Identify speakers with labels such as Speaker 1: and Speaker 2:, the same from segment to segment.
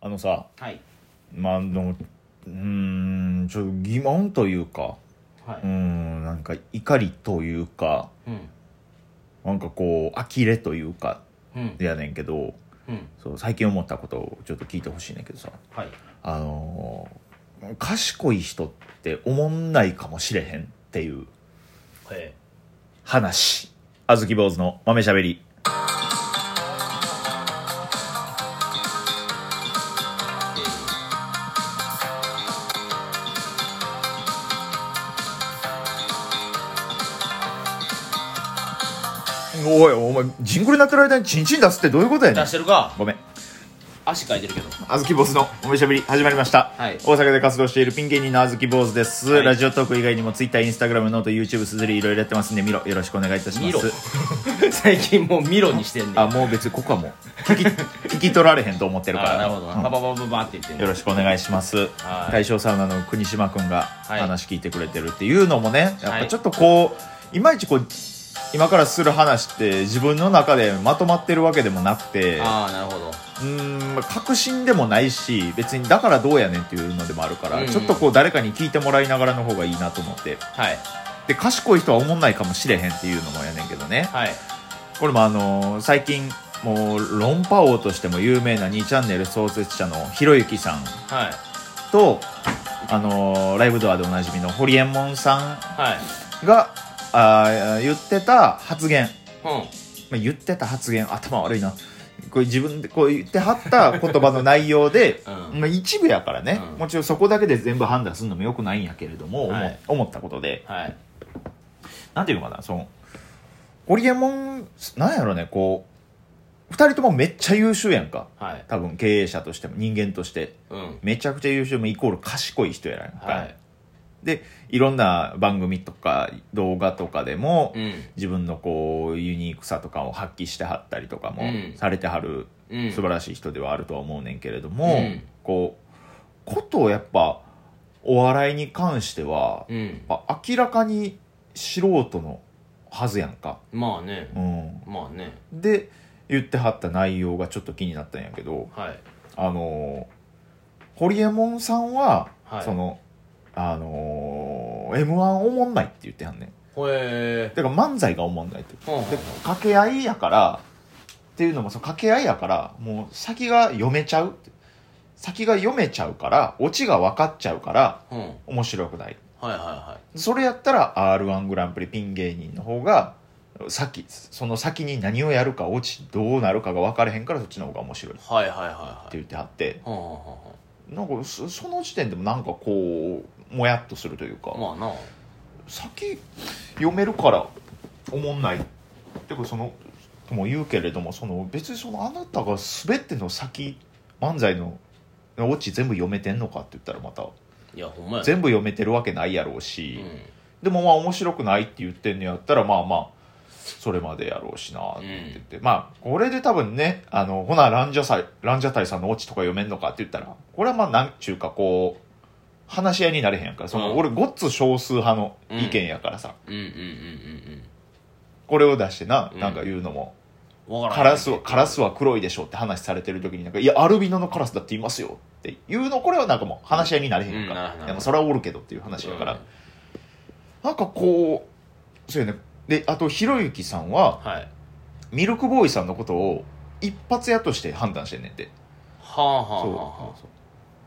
Speaker 1: あのさ
Speaker 2: はい
Speaker 1: まあでもうーんちょっと疑問というか
Speaker 2: はい
Speaker 1: ー
Speaker 2: う
Speaker 1: んなんか怒りというか
Speaker 2: うん
Speaker 1: なんかこう呆れというか
Speaker 2: うん
Speaker 1: やねんけど
Speaker 2: うん
Speaker 1: そう最近思ったことをちょっと聞いてほしいねんだけどさ
Speaker 2: はい
Speaker 1: あのー賢い人って思んないかもしれへんっていう
Speaker 2: え
Speaker 1: 話あずき坊主の豆しゃべりおいお前ジングルなってる間にチンチン出すってどういうことや
Speaker 2: 出
Speaker 1: ねん
Speaker 2: してるか
Speaker 1: ごめん
Speaker 2: 足かいてるけど
Speaker 1: あずき坊主のおめしゃべり始まりました、
Speaker 2: はい
Speaker 1: 大阪で活動しているピン芸人のあずき坊主です、
Speaker 2: はい
Speaker 1: ラジオトーク以外にも Twitter、Instagram、ノート、YouTube すずりいろいろやってますんで見ろよろしくお願いいたします
Speaker 2: 見ろ最近もうミロにしてんねん
Speaker 1: あもう別にここはもう聞き 聞き取られへんと思ってるから
Speaker 2: あなるほどな
Speaker 1: うん
Speaker 2: パパパパパって言って
Speaker 1: よ
Speaker 2: ん
Speaker 1: ろしくお願いします
Speaker 2: はい
Speaker 1: 大正サウナの国島君が
Speaker 2: い
Speaker 1: 話聞いてくれてるっていうのもねやっ
Speaker 2: は
Speaker 1: ぱ
Speaker 2: い
Speaker 1: ちょっとこういまいちこう今からする話って自分の中でまとまってるわけでもなくて
Speaker 2: ああなるほど
Speaker 1: うーんまあ確信でもないし別にだからどうやねんっていうのでもあるから、
Speaker 2: うん
Speaker 1: ちょっとこう誰かに聞いてもらいながらの方がいいなと思って
Speaker 2: はい
Speaker 1: で賢い人は思んないかもしれへんっていうのもやねんけどね
Speaker 2: はい
Speaker 1: これもあのー最近もう論破王としても有名な2チャンネル創設者のひろゆきさん
Speaker 2: はい
Speaker 1: とあのーライブドアでおなじみのホリエモンさ
Speaker 2: はい
Speaker 1: んがあー言ってた発言
Speaker 2: うん、
Speaker 1: まあ、言ってた発言頭悪いなこう自分でこう言ってはった言葉の内容で
Speaker 2: うん
Speaker 1: まあ、一部やからね、
Speaker 2: うん
Speaker 1: もちろんそこだけで全部判断するのもよくないんやけれども、思
Speaker 2: はい
Speaker 1: 思ったことで
Speaker 2: はい
Speaker 1: なんていうのかなそのホリエモンなんやろねこう二人ともめっちゃ優秀やんか
Speaker 2: はい
Speaker 1: 多分経営者としても人間として
Speaker 2: うん
Speaker 1: めちゃくちゃ優秀もイコール賢い人やらんか、
Speaker 2: はい
Speaker 1: でいろんな番組とか動画とかでも、
Speaker 2: うん
Speaker 1: 自分のこうユニークさとかを発揮してはったりとかも
Speaker 2: うん
Speaker 1: されてはる
Speaker 2: うん
Speaker 1: 素晴らしい人ではあるとは思うねんけれども、
Speaker 2: うん
Speaker 1: こうことをやっぱお笑いに関しては、
Speaker 2: うん
Speaker 1: やっぱ明らかに素人のはずやんか。
Speaker 2: まあね
Speaker 1: うん、
Speaker 2: まあね
Speaker 1: で言ってはった内容がちょっと気になったんやけど
Speaker 2: はい
Speaker 1: あのーホリエモンさんは、
Speaker 2: はい
Speaker 1: そのあの m 1おもんないって言ってはんねん。
Speaker 2: ほえ
Speaker 1: てか漫才が思んないって
Speaker 2: うん
Speaker 1: で掛け合いやからっていうのもその掛け合いやからもう先が読めちゃうって先が読めちゃうからオチが分かっちゃうから
Speaker 2: うんはい
Speaker 1: 面白くない
Speaker 2: はいは
Speaker 1: それやったら r 1グランプリピン芸人の方が先その先に何をやるかオチどうなるかが分かれへんからそっちの方が面白いって
Speaker 2: いはいはいはいはい
Speaker 1: 言ってはって
Speaker 2: ほんほんほんほん
Speaker 1: なんかそその時点でもなんかこうもやっとするというか、
Speaker 2: まあな
Speaker 1: 先読めるからおもんないってかそのとも言うけれどもその別にそのあなたが全ての先漫才のオチ全部読めてんのかって言ったらまた
Speaker 2: いやほんまや
Speaker 1: 全部読めてるわけないやろうし、
Speaker 2: う
Speaker 1: でもまあ面白くないって言ってんのやったらまあまあそれまでやろうしなって言って、まあこれで多分ねあのほなランジャサイランジャタイさんのオチとか読めんのかって言ったらこれはまあなんちゅうかこう話し合いになれへんやんからその、
Speaker 2: うん
Speaker 1: 俺ごっつ少数派の意見やからさ、
Speaker 2: んうんうんうん
Speaker 1: これを出してな、
Speaker 2: うん
Speaker 1: なんか言うのも、
Speaker 2: うんわか
Speaker 1: カ
Speaker 2: らん
Speaker 1: ラスは、カラスは黒いでしょって話されてる時になんか、いや、アルビノのカラスだっていますよって言うの、これはなんかもう話し合いになれへんから、
Speaker 2: うんうんなるほど
Speaker 1: でもそれはおるけどっていう話だから、なんかこう、そうよね。で、あと、ひろゆきさんは、
Speaker 2: はい
Speaker 1: ミルクボーイさんのことを一発屋として判断してんねんて。
Speaker 2: はあはあ
Speaker 1: そう
Speaker 2: はあは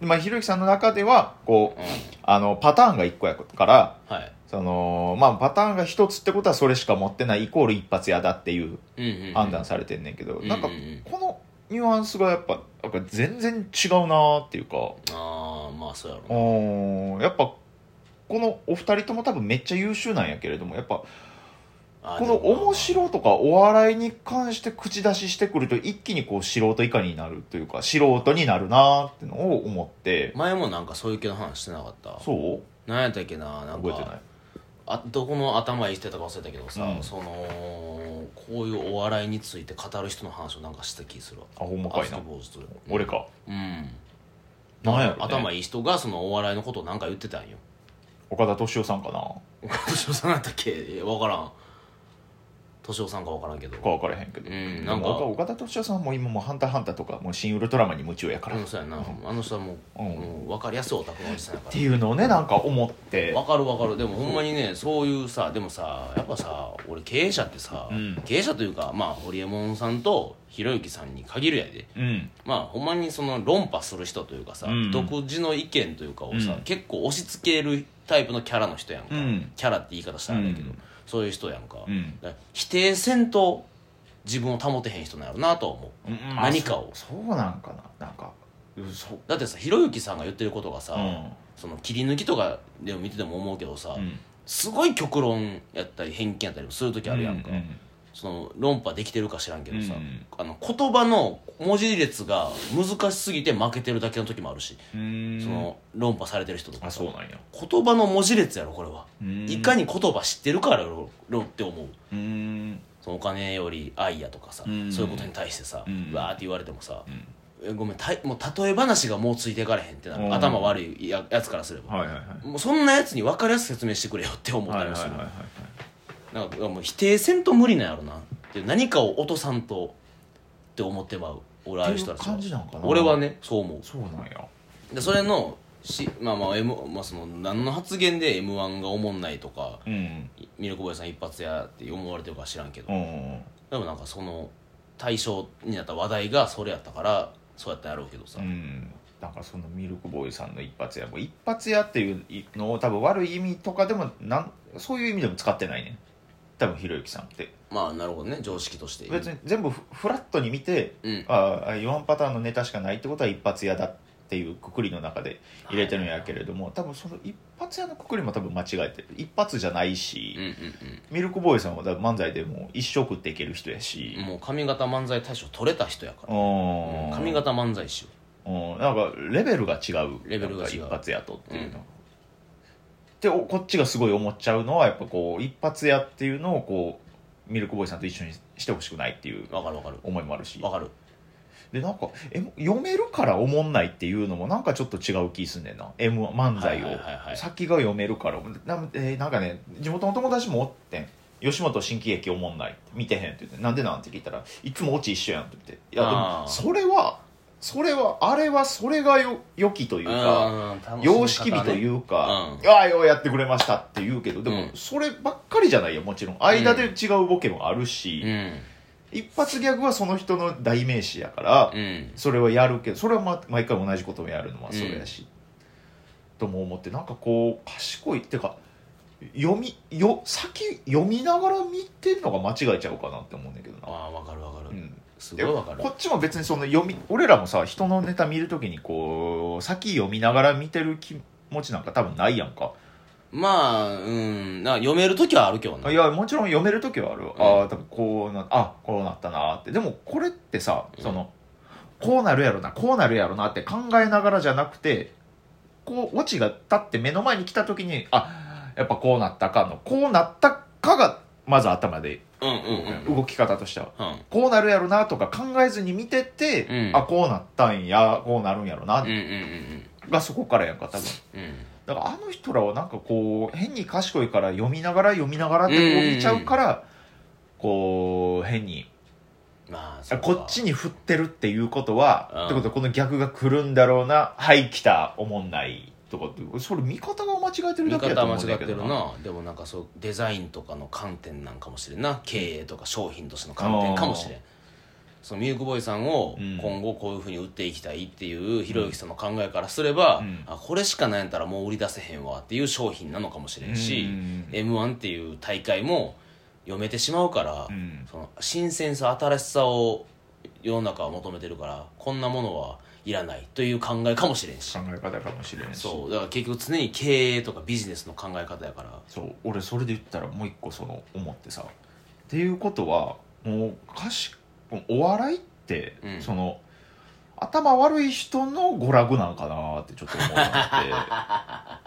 Speaker 1: でまあ、ひろゆきさんの中では、こう、
Speaker 2: あ
Speaker 1: あの、パターンが一個やから、
Speaker 2: うんはい
Speaker 1: その、まあ、パターンが一つってことはそれしか持ってないイコール一発屋だっていう
Speaker 2: うんうんうん
Speaker 1: 判断されてんねんけど、
Speaker 2: うん
Speaker 1: なんか
Speaker 2: うんうん
Speaker 1: このニュアンスがやっぱなんか全然違うなーっていうか
Speaker 2: ああまあそうや
Speaker 1: う
Speaker 2: ろ
Speaker 1: ーんやっぱこのお二人とも多分めっちゃ優秀なんやけれどもやっぱ
Speaker 2: なあ
Speaker 1: この
Speaker 2: でもまあ
Speaker 1: 面白とかお笑いに関して口出ししてくると一気にこう素人以下になるというか素人になるなーってのを思って
Speaker 2: 前もなんかそういう系の話してなかった
Speaker 1: そう
Speaker 2: なんやったっけななん
Speaker 1: 覚えてな
Speaker 2: か
Speaker 1: い
Speaker 2: あどこの頭いいしてたか忘れたけどさ、
Speaker 1: うん
Speaker 2: そのこういうお笑いについて語る人の話をなんかした気するわ
Speaker 1: あほんまかい
Speaker 2: ア
Speaker 1: な
Speaker 2: ストボーズと
Speaker 1: 俺か
Speaker 2: うん
Speaker 1: なんやろ、ね、
Speaker 2: 頭いい人がそのお笑いのことをなんか言ってたんよ
Speaker 1: 岡田斗司夫さんかな
Speaker 2: 岡田斗司夫さんやったっけいやわからん敏夫さんか分からんけど
Speaker 1: か分からへんけど、
Speaker 2: うん
Speaker 1: な
Speaker 2: なんん
Speaker 1: か
Speaker 2: か
Speaker 1: 岡田敏夫さんも今もう「ハンターハンター」とかもう「新ウルトラマン」に夢中やから、
Speaker 2: うん
Speaker 1: っ
Speaker 2: そうやなあの人はもう,、
Speaker 1: うん
Speaker 2: もう分かりやすいオタクのおじさんやから
Speaker 1: ていうのをねなんか思って
Speaker 2: 分かる分かるでもほんまにねそういうさでもさやっぱさ俺経営者ってさ、
Speaker 1: うん
Speaker 2: 経営者というかまあホリエモンさんとひろゆきさんに限るやで
Speaker 1: うん
Speaker 2: まあほんまにその論破する人というかさ、
Speaker 1: うん
Speaker 2: 独自の意見というかをさ、
Speaker 1: うん
Speaker 2: 結構押し付けるタイプのキャラの人やんか、
Speaker 1: うん
Speaker 2: キャラって言い方したらあれだけど、
Speaker 1: うん
Speaker 2: そういう人やんか,、
Speaker 1: うん
Speaker 2: 否定せんと自分を保てへん人なんやろなとは思う、
Speaker 1: うんまあ
Speaker 2: 何かを
Speaker 1: そうそうなんかななんかうんそう
Speaker 2: だってさひろゆきさんが言ってることがさ、
Speaker 1: うん
Speaker 2: その切り抜きとかでも見てても思うけどさ、
Speaker 1: うん
Speaker 2: すごい極論やったり偏見やったりもする時あるやんか、
Speaker 1: う
Speaker 2: その論破できてるか知らんけどさ、
Speaker 1: うん
Speaker 2: あの言葉の文字列が難しすぎて負けてるだけの時もあるし、
Speaker 1: うん
Speaker 2: その論破されてる人と
Speaker 1: あ
Speaker 2: かさ
Speaker 1: そうなんや
Speaker 2: 言葉の文字列やろこれは、
Speaker 1: うん
Speaker 2: いかに言葉知ってるからやろろって思う
Speaker 1: うん
Speaker 2: そのお金より愛やとかさ、
Speaker 1: うん
Speaker 2: そういうことに対してさ、
Speaker 1: うん
Speaker 2: わーって言われてもさ、
Speaker 1: ん
Speaker 2: えごめんたいもう例え話がもうついていかれへんってなる、
Speaker 1: うん
Speaker 2: 頭悪いややつからすれば、
Speaker 1: はいはいはい
Speaker 2: もうそんなやつに分かりやすく説明してくれよって思っ
Speaker 1: は
Speaker 2: た
Speaker 1: い
Speaker 2: り
Speaker 1: はいは
Speaker 2: もする、
Speaker 1: いはい
Speaker 2: なんかもう否定せんと無理なんやろなって何かを落とさんとって思ってまう俺ああいう人たちは
Speaker 1: っていう感じなんかな
Speaker 2: 俺はねそう思
Speaker 1: そうなんや
Speaker 2: うでそれのしまあまあ、M まあ、その何の発言で m 1がおもんないとか
Speaker 1: うん
Speaker 2: ミルクボーイさん一発やって思われてるか知らんけど、
Speaker 1: うん
Speaker 2: でもなんかその対象になった話題がそれやったからそうやったんやろうけどさ、
Speaker 1: うんなんかそのミルクボーイさんの一発屋もう一発屋っていうのを多分悪い意味とかでもなんそういう意味でも使ってないね多分ひろゆきさんって
Speaker 2: まあなるほどね常識として
Speaker 1: 別に全部フフラットに見て
Speaker 2: うん
Speaker 1: ああ4パターンのネタしかないってことは一発屋だっていうくくりの中で入れてるんやけれども多分その一発屋のくくりも多分間違えてる一発じゃないし、
Speaker 2: うんうん
Speaker 1: ミルクボーイさんはだから漫才でもう一生食っていける人やし
Speaker 2: うん、もう髪型漫才大賞取れた人やから、
Speaker 1: うん
Speaker 2: 髪型漫才師
Speaker 1: うん、なんかレベルが違う
Speaker 2: レベルが違う
Speaker 1: やっぱ一発やとっていうの、でおこっちがすごい思っちゃうのはやっぱこう一発やっていうのをこうミルクボーイさんと一緒にしてほしくないっていう
Speaker 2: わかるわかる
Speaker 1: 思いもあるし
Speaker 2: わかる
Speaker 1: でなんかえ読めるから思んないっていうのもなんかちょっと違う気すんねんな M 漫才を、
Speaker 2: はいはいはいはい
Speaker 1: 先が読めるからな,、えーなんかね地元の友達もおってん吉本新喜劇おもんない見てへんって言ってなんでなんて聞いたらいつもオチ一緒やんって言っていやで
Speaker 2: あ
Speaker 1: も
Speaker 2: ー
Speaker 1: それはそれはあれはそれがよ良きというか様式美といううか
Speaker 2: ん
Speaker 1: 「ああようやってくれました」って言うけどで
Speaker 2: う
Speaker 1: も
Speaker 2: ん
Speaker 1: そればっかりじゃないよもちろん間で違うボケもあるし、
Speaker 2: ん
Speaker 1: 一発ギャグはその人の代名詞やから、
Speaker 2: うん
Speaker 1: それはやるけどそれは、ま、毎回同じことをやるのはそれやし、とも思ってなんかこう賢いっていうか読みよ先読みながら見てんのが間違えちゃうかなって思うんだけど
Speaker 2: あ
Speaker 1: な、
Speaker 2: あわかるわかる、
Speaker 1: うん、
Speaker 2: すご
Speaker 1: で
Speaker 2: いわかる
Speaker 1: こっちも別にその読み俺らもさ人のネタ見るときにこう先読みながら見てる気持ちなんか多分ないやんか
Speaker 2: まあうんなんか読める時はあるけどない
Speaker 1: やもちろん読める時はある、ああ多分こうなあこうなったなーってでもこれってさその、こうなるやろなこうなるやろなって考えながらじゃなくてこうオチが立って目の前に来た時にあやっぱこうなったかのこうなったかがまず頭で
Speaker 2: うんうんうんうん
Speaker 1: 動き方としては、
Speaker 2: うん
Speaker 1: こうなるやろなとか考えずに見てて、
Speaker 2: うん
Speaker 1: あこうなったんやこうなるんやろな、
Speaker 2: うんうん
Speaker 1: がそこからやんか多分
Speaker 2: うんうん
Speaker 1: だからあの人らはなんかこう変に賢いから読みながら読みながらってこう見ちゃうから、こう変に
Speaker 2: まあ
Speaker 1: あ
Speaker 2: そうか
Speaker 1: こっちに振ってるっていうことは、
Speaker 2: うん
Speaker 1: ってことはこの逆が来るんだろうなはい来たおもんないとかってそれ見方が間違えてる
Speaker 2: 見
Speaker 1: だけだ
Speaker 2: 方
Speaker 1: と
Speaker 2: は
Speaker 1: 思うん
Speaker 2: 間違
Speaker 1: だ
Speaker 2: っ
Speaker 1: け
Speaker 2: て
Speaker 1: ど
Speaker 2: る
Speaker 1: な
Speaker 2: なでもなんかそうデザインとかの観点なんかもしれんな経営とか商品としての観点かもしれんそのミルクボーイさんを
Speaker 1: うん
Speaker 2: 今後こういうふうに売っていきたいっていうひろゆきさんの考えからすれば、
Speaker 1: うん
Speaker 2: あこれしかないんやったらもう売り出せへんわっていう商品なのかもしれん
Speaker 1: う
Speaker 2: し、
Speaker 1: ん
Speaker 2: m 1っていう大会も読めてしまうから、
Speaker 1: うん
Speaker 2: その新鮮さ新しさを世の中は求めてるからこんなものはいらないという考えかもしれんし
Speaker 1: 考え方かもしれんし
Speaker 2: そうだから結局常に経営とかビジネスの考え方 やから
Speaker 1: そう俺それで言ったらもう一個その思ってさっていうことはもう賢いお笑いって、
Speaker 2: うん
Speaker 1: その頭悪い人の娯楽なんかなってちょっと思 うなって
Speaker 2: あ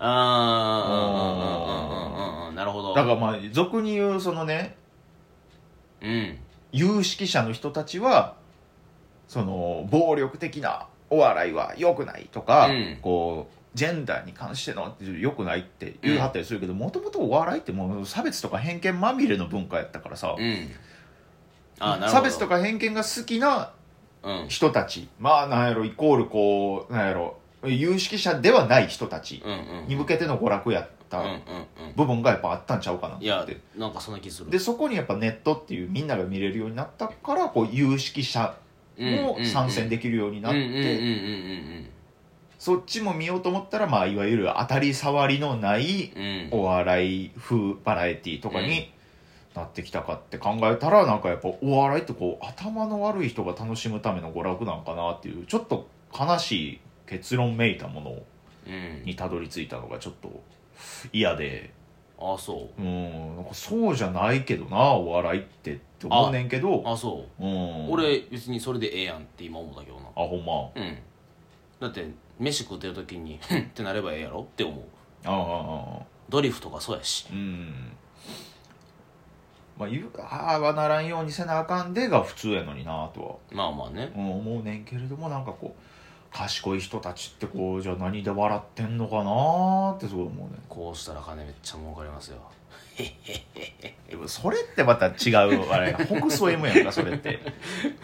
Speaker 2: ーうんうんうんうんうんうんなるほど
Speaker 1: だからまあ俗に言うそのね
Speaker 2: うん
Speaker 1: 有識者の人たちはその暴力的なお笑いは良くないとか、
Speaker 2: うん
Speaker 1: こうジェンダーに関してのよくないって言うはったりするけどもともとお笑いってもう差別とか偏見まみれの文化やったからさ、
Speaker 2: うんあーなるほど
Speaker 1: 差別とか偏見が好きな
Speaker 2: うん
Speaker 1: 人たちまあなんやろイコールこうなんやろ有識者ではない人たち
Speaker 2: うんうん
Speaker 1: に向けての娯楽やった
Speaker 2: うんうんうん
Speaker 1: 部分がやっぱあったんちゃうかなって
Speaker 2: いやなんかそんな気する
Speaker 1: でそこにやっぱネットっていうみんなが見れるようになったからこう有識者も参戦できるようになっ
Speaker 2: うんうんうんうんうん
Speaker 1: てそっちも見ようと思ったらまあいわゆる当たり障りのない
Speaker 2: うんうん
Speaker 1: お笑い風バラエティとかになってきたかって考えたらなんかやっぱお笑いってこう頭の悪い人が楽しむための娯楽なんかなっていうちょっと悲しい結論めいたもの
Speaker 2: うん
Speaker 1: にたどり着いたのがちょっと嫌で。
Speaker 2: あそう
Speaker 1: うん、なんかそうじゃないけどなお笑いってって思うねんけど
Speaker 2: あそう
Speaker 1: うん、
Speaker 2: 俺別にそれでええやんって今思ったけどな
Speaker 1: あほんま
Speaker 2: うんだって飯食ってる時に「ふん」ってなればええやろって思う
Speaker 1: ああああ
Speaker 2: ドリフとかそうやし
Speaker 1: うんまあ言うああはならんようにせなあかんでが普通やのになと
Speaker 2: まあまあね
Speaker 1: は、うん、思うねんけれどもなんかこう賢い人たちってこうじゃあ何で笑ってんのかなってすごい思うね
Speaker 2: こうしたら金めっちゃ儲かりますよ
Speaker 1: でもそれってまた違うあ れ北総 M やんかそれって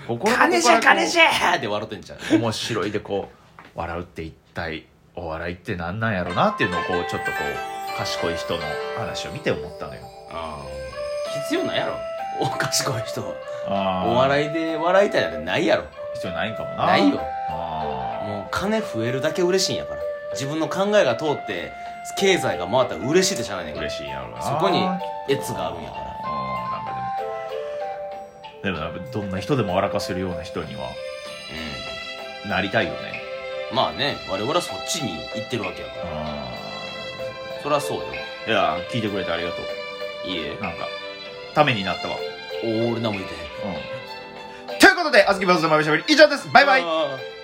Speaker 1: 心
Speaker 2: 金じゃ金じ
Speaker 1: ゃ
Speaker 2: ゃって笑ってんじゃん
Speaker 1: 面白いでこう笑うって一体お笑いってなんなんやろなっていうのをこうちょっとこう賢い人の話を見て思ったのよ
Speaker 2: あー必要ないやろお賢い人は
Speaker 1: あ
Speaker 2: お
Speaker 1: い
Speaker 2: 笑いで笑いたいなんてないやろ
Speaker 1: 必要ないんかもな
Speaker 2: ないよ
Speaker 1: あ
Speaker 2: もう金増えるだけ嬉しいんやから自分の考えが通って経済が回ったら嬉しいってしゃあないね
Speaker 1: ー
Speaker 2: んから
Speaker 1: 嬉しいんやろうな
Speaker 2: そこにエツがあるんやから
Speaker 1: あーなんかでもでもなんかどんな人でも笑かせるような人にはなりたいよね
Speaker 2: うんまあね我々はそっちに行ってるわけやから
Speaker 1: あ
Speaker 2: そりゃそうよ
Speaker 1: ーいやー聞いてくれてありがと
Speaker 2: いいえ
Speaker 1: うなんかためになったわ
Speaker 2: おー俺何も言ってへん
Speaker 1: うんということであずきばずのまぶしゃべり以上ですバイバイ
Speaker 2: あー